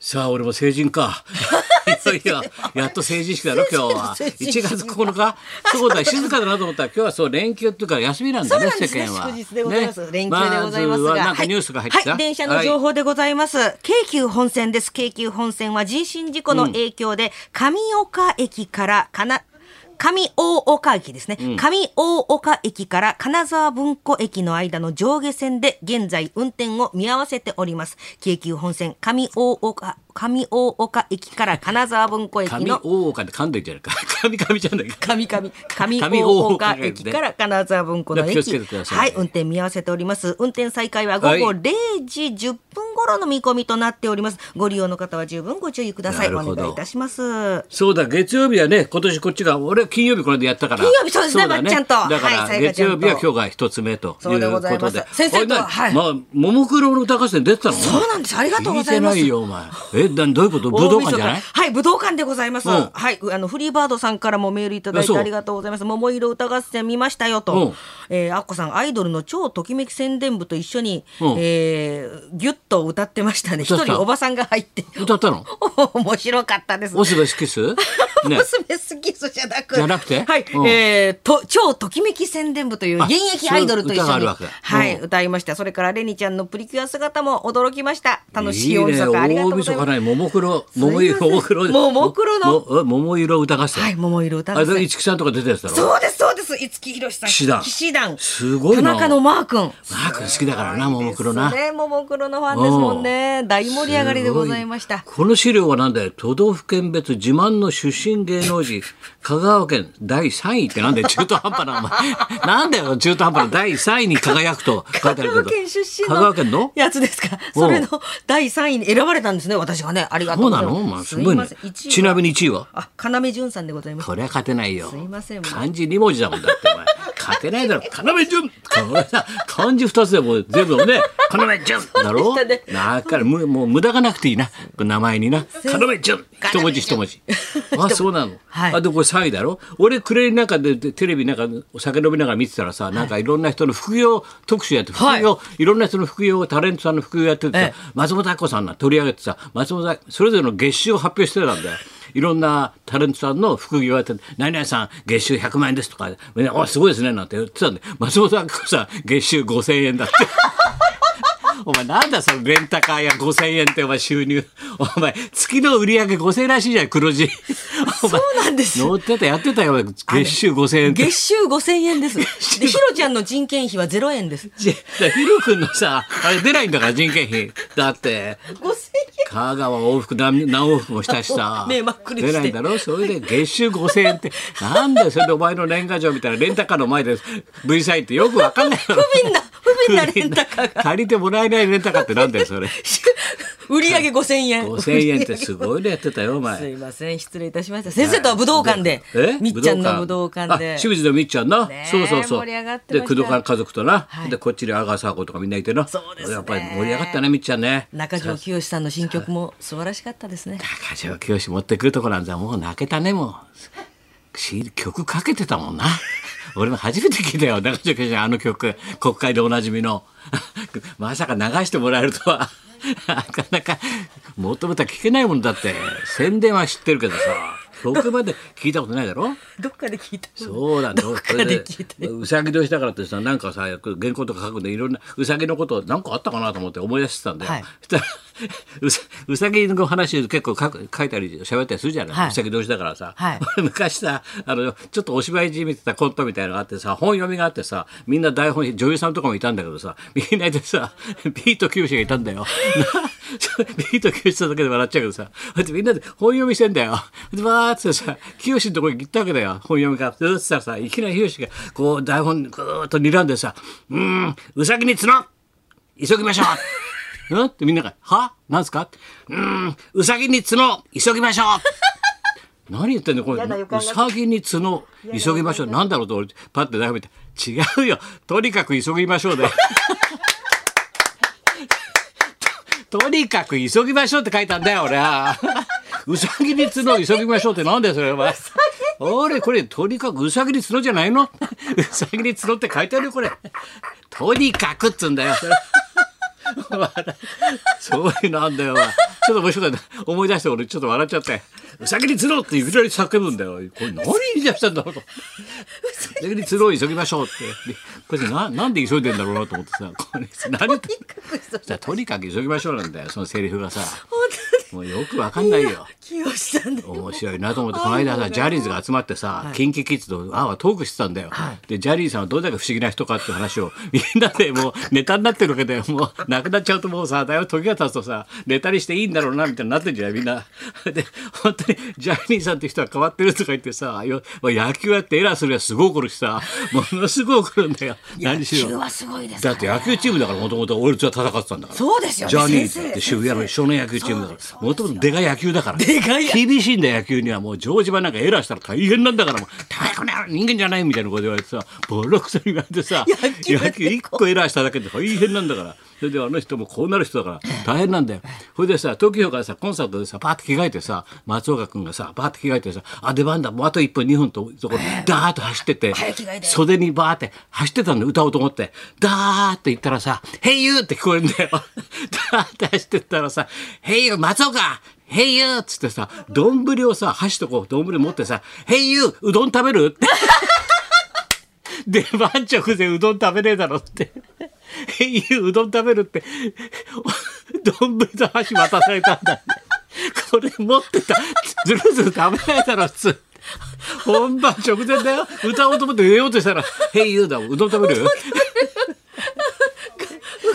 さあ俺も成人かいやいややっと成人式だろ今日は成1人式月9日そうだ静かだなと思ったら今日はそう連休っていうか休みなんだねそうなんですね世間は祝日でございます、連休でございますが、ずはなんかニュースが入ってた、はいはい、電車の情報報でございます、京急本線です京急本線は人身事故の影響で、上岡駅からかな上大岡駅ですね、上大岡駅から金沢文庫駅の間の上下線で現在運転を見合わせております京急本線上大岡上大岡 駅から金沢文庫駅神の大岡で噛んでんじゃないか神神じゃないか上上上上大大岡岡駅から金沢文庫の気をつけ駅、てくださいはい運転見合わせております運転再開は午後はい0時10分頃の見込みとなっておりますご利用の方は十分ご注意くださいなるおほど願いいたしますそうだ月曜日はね今年こっちが俺金曜日これでやったから金曜日そうですねだまっちゃんとだかはいらさやか月ちゃん曜と日は今日が一つ目ということでそうでございます先生とはおいはいまあももクロの歌合戦出てたのそうなんですありがとうございます聞てないよお前えなどういうこと武道館じゃ大ない晦日はい、武道館でございます。うんはい、あのフリーバードさんからもメールいただいあそてうありがとうございます。桃色歌合戦見ましたようんと。えー、アッコさん、アイドルの超ときめき宣伝部と一緒に、うんえー、ぎゅっと歌ってましたね。歌っ一た人おばさんが入って。歌ったの 面白かったです。オスベスキ スね娘好きそうじゃなくじゃなくてはい、うんえーと超ときめき宣伝部というあ現役アイドルと一そういう歌があ緒にるわけだはい、うん歌いましたそれからレニちゃんのプリキュア姿も驚きました楽しい大晦日ありがとうござ大晦い日ますない、ももクロ、いません桃色、ももクロ、ももクロのも、もも色歌合戦。はい桃色歌あ合れだ、戦五木さんとか出たやつだろ。そうですそうです五木ひろしさん騎士団騎士団すごい田な中のマー君マー君好きだからなももクロなねももクロのファンですもんね大盛り上がりでございましたこの資料はなんだよ都道府県別自慢の出身芸能 人香川県第3位ってなんだよ中途半端なお 前なんだよ中途半端な第3位に輝くと書いてある香けど川県出身香川県ののやつですか。それの第三位に選ばれたんですね。私がね、ありがとうそうござないます。のまあすごいねません一位ちなみに1位はあ、要潤さんでございます。これは勝てないよ。すいませんもう漢字二文字だもんだって、お前。勝てないだろ。要潤。これさ、漢字二つでもう全部ね、要潤だろ。そうでしたねだからむもう無駄がなくていいな。名前にな。要潤。一文字一 文字。あ、そうなの。はいあ、でもこれ3位だろ。俺暮れの中ででテレビなんかお酒飲みながら見てたらさ、なんかいろんな人の副業特集やって、副はい業、いろんな人の副業をタレントさんの副業やっててさええ、松本明子さんが取り上げてさ松本明それぞれの月収を発表してたんだよ。いろんなタレントさんの副業やってて「何々さん月収100万円です」とか「みんなおすごいですね」なんて言ってたんで松本明子さん月収5,000円だって。 お前なんだそのレンタカーや5,000円ってお前収入お前月の売り上げ5,000円らしいじゃん黒字お前そうなんです。乗ってたやってたよ月収5,000円って月収五千円です。で、ひろちゃんの人件費はゼロ円です。じゃあヒロ君のさあれ出ないんだから人件費だって五千香川往復何何往復もしたしさ目真っ黒に出してないんだろそれで月収5,000円ってなんだよそれでお前の年賀状みたいなレンタカーの前で V サインってよくわかんないだろ不憫な不憫なレンタカーが借りてもらえないレンタカーってなんだよ それ円。売り上げ五千円。 5,000円ってすごいのやってたよお す前。いません、失礼いたしました。先生とは武道館でえ、みっちゃんの武道館であ。清水のみっちゃんな、ねえそうそうそう盛り上がってまでし工た藤館家族とな、はいでこっちに阿川佐和子とかみんないてなそうですねやっぱり盛り上がったねみっちゃんね中条きよしさんの新曲も素晴らしかっ たですね。中条きよし持ってくるとこなんざもう泣けたねもうし曲かけてたもんな 俺も初めて聞いたよ中条きよしのあの曲国会でおなじみの まさか流してもらえるとはなかなか求めたら聞けないもんだって宣伝は知ってるけどさ曲まで聞いたことないだろどっかで聞いた。そうなんだどっかで聞いたそれでうさぎ年だからってさなんかさ原稿とか書くんでいろんなうさぎのことなんかあったかなと思って思い出してたんだよ、 はいそしたらうさうさぎの話結構書く書いたり喋ったりするじゃない、はいうさぎ年だからさ、はい俺 昔さあのちょっとお芝居じみてたコントみたいなのがあってさ本読みがあってさみんな台本女優さんとかもいたんだけどさみんなでさ ビートきよしがいたんだよ。 なビートきよしさんだけで笑っちゃうけどさだってみんなで本読みしてんだよ。でわーってさきよしのとこに行ったわけだよ本読みから。そしたらさいきなりきよしがこう台本ぐーっと睨んでさ「うーんうさぎに角急ぎましょう!」 うんってみんなが「はなんですか?」うーんうさぎに角急ぎましょう!」何言ってんのこれやだ予う感がさぎに角急ぎましょうなんだろうと俺パッて眺めて違うよとにかく急ぎましょうで ととにかく急ぎましょうって書いたんだよ俺 はうさぎに角急ぎましょうってなんだよそれお前俺これとにかくうさぎに角じゃないのうさぎに角って書いてあるよこれ とにかくっつうんだよそれそういうのあんだよお前ちょっと面白かった思い出して俺ちょっと笑っちゃって「うさぎに釣ろう」っていきなり叫ぶんだよこれ何言い出したんだろうと思って「うさぎに釣ろう急ぎましょう」ってでこれななんで急いでんだろうなと思ってさこれ何言ってさとにかく急ぎましょうなんだよそのセリフがさもうよくわかんないよ。清志さんだよ面白いなと思ってこの間さジャニーズが集まってさ、キンキキッズとあわトークしてたんだよ、でジャニーさんはどれだけ不思議な人かっていう話をみんなでもうネタになってるわけでもうなくなっちゃうともうさだいぶ時が経つとさネタにしていいんだろうなみたいになってんじゃないみんなで本当にジャニーさんって人は変わってるとか言ってさよまあ野球やってエラーするやつすごい怒るしさものすごい怒るんだよ何し 野球ろはすごいですかだらって野球チームだからもともと俺とは戦ってたんだからそうですよねジャニーズだ先生って渋谷の少年野球チームだかそうら、もともとでかい野球だから。でかい野厳しいんだよ野球にはもう城島なんかエラーしたら大変なんだからもう「高いこの野郎人間じゃない」みたいなこと言われてさボロクソに言われてさ 野球野球一個エラーしただけで大変なんだからそれであの人もこうなる人だから大変なんだよそれでさ東京からさコンサートでさパーッて着替えてさ松岡君がさパーッて着替えてさ「あ出番だもうあと1分2分」とそこダーッと走ってって早着替えで袖にバーって走ってたんで歌おうと思ってダーって言ったらさ「ヘイユー!」って聞こえるんだよ ダーって走ってったらさ「ヘイユー松岡ヘイユー!」っつってさ丼をさ箸とこう丼持ってさ「ヘイユーうどん食べる?」って出番直前うどん食べねえだろって「ヘイユーうどん食べる?」って丼と箸渡されたんだこれ持ってたずるずる食べないだろ普通本番直前だよ歌おうと思って出ようとしたら「ヘイユーだうどん食 べる?」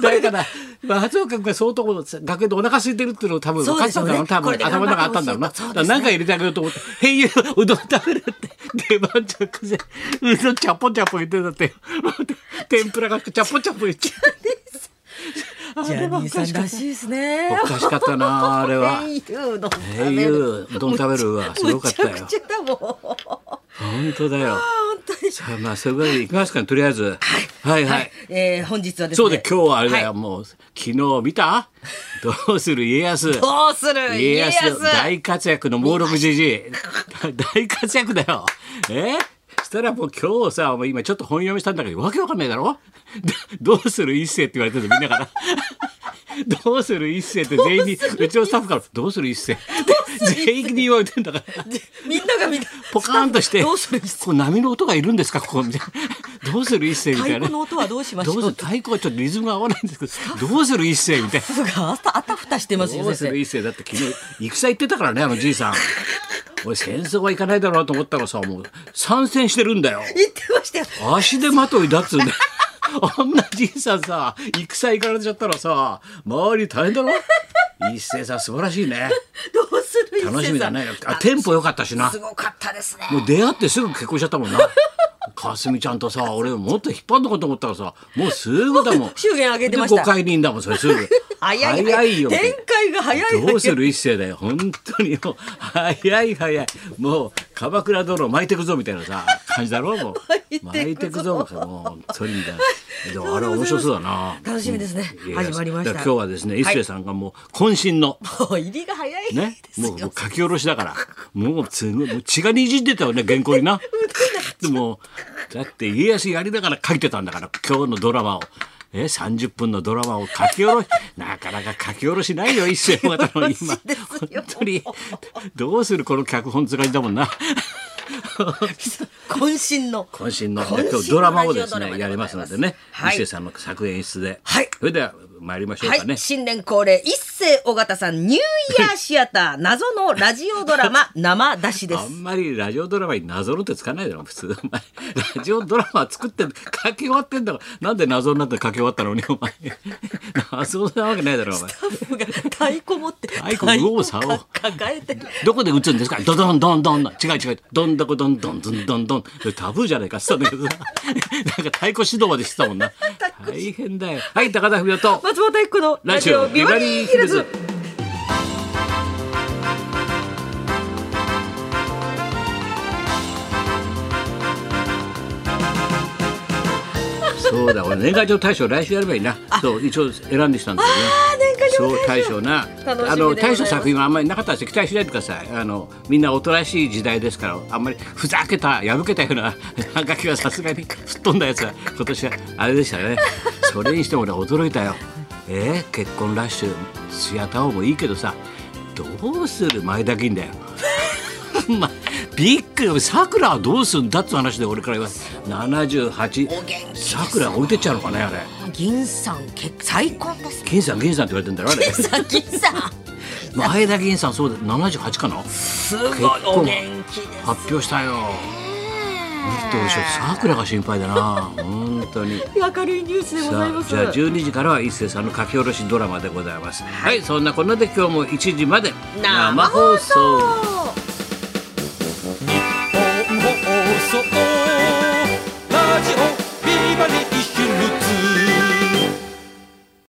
だから松岡君が相当楽屋でお腹空いてるっていうのを多分分かってたんだろうな多そう分ですよね頭の中あったんだろうなだこれでか頑張ってほしいらなんか入れてあげようと思って「ヘイユーうどん食べる?」って出番直前うどんチャポンチャポン言ってんだって 天ぷらがチャポンチャポン言っちゃう。ジャニーさんらしいですねおかしかったなあれは。英雄の英雄うどん食べるわすごかったむちよゃくちゃだもん本本当だよ。当にさあまあそういうことで行きますかねとりあえず。はいはい。えー本日はですねそうで今日はあれだよ、はもう昨日見たどうする家康。どうする家家康康大活躍の猛六じじい 大活躍だよえしたらもう今日さもう今ちょっと本読みしたんだけどわけわかんないだろ でどうする一世って言われてるみんなからどうする一世って全員にうちのスタッフからどうする一世って全員に言われてんだからみんながみんなポカーンとしてどうする一世こう波の音がいるんですかここみたいなどうする一世みたい太な鼓の音はどうしましどょううする太鼓はちょっとリズムが合わないんですけどどうする一世みたいなすがあたあたふたしてますよどう先する生一世だって昨日戦行ってたからねあのじいさん俺戦争は行かないだろうなと思ったらさもう参戦してるんだよ言ってましたよ足でまといだっつうんだよあんなじいさんさ戦行かれちゃったらさ周り大変だろ一世さん素晴らしいねどうする一世さん楽しみだねあテンポ良かったしなすごかったですねもう出会ってすぐ結婚しちゃったもんなかすみちゃんとさ俺もっと引っ張んのかと思ったらさもうすぐだもん祝祝言あげてましたで誤解人だもんそれすぐ早いよ展開が早いわよどうする一世だよ本当にもう早い早いもう鎌倉殿を巻いてくぞみたいなさ感じだろもう 巻いてくぞ巻いてもう本当にだでもあれ面白そうだな楽しみですねいや始まりましだたから今日はですね一世さんがもう渾身の、もう入りが早いねですもうよもう書き下ろしだからもうすごいもう血がにじんでたよね原稿 になでもだって家康やりながら書いてたんだから今日のドラマを。え30分のドラマを書き下ろし なかなか書き下ろしないよ一世またの今書き下ろしですよ本当にどうするこの脚本使いだもん な渾身の渾身の渾身の今日ドラマをですラジオドラマねでござやいりまますすのでね、はい一世さんの作演出で、はいそれでは参りましょうはかね、い、新年恒例一世尾形さんニューイヤ ーシアター謎のラジオドラマ生出しであすんまりラジオドラマになぞるってつかないだろ普通お前ラジオドラマ作って書き終わってんだからなんで謎になって書き終わったのにお 前謎なわけないだろお前タッフが太鼓持って太鼓右往左往太鼓抱えてどこで打つんですかドドンドンドンの違う違うドンドコドンドンドンドンドンそれタブーじゃないかって言ってたんだけどさなんか太鼓指導までしてた もんな大変だよはい高田文夫と松本太鼓のラジオビバリーヒルズそうだ俺年賀状大賞来週やればいいなそう一応選んできたんだよねあー年賀状そう大賞な楽しみでございますあの大賞作品はあんまりなかったんですよ期待しないでくださいあのみんなおとなしい時代ですからあんまりふざけた破けたような ハンカキはさすがに吹っ飛んだやつは今年はあれでしたねそれにしても俺は驚いたよえー結婚ラッシュシアター王もいいけどさどうする前田銀だよ まあびっくりさくらはどうするんだって話で俺から言わお元気78ですさくら置いてっちゃうのかねあれ銀さん結再婚です銀さん銀さんって言われてんだろあれさ銀さん前田銀さんそうだ78かなすごい結構お元気です発表したよどうでしょうさくらが心配だな本当 に明るいニュースでごさざいまあすじゃあ12時からは一星さんの書き下ろしドラマでございますはい、そんなこんなで今日も1時まで生放送送日本放送ラジオ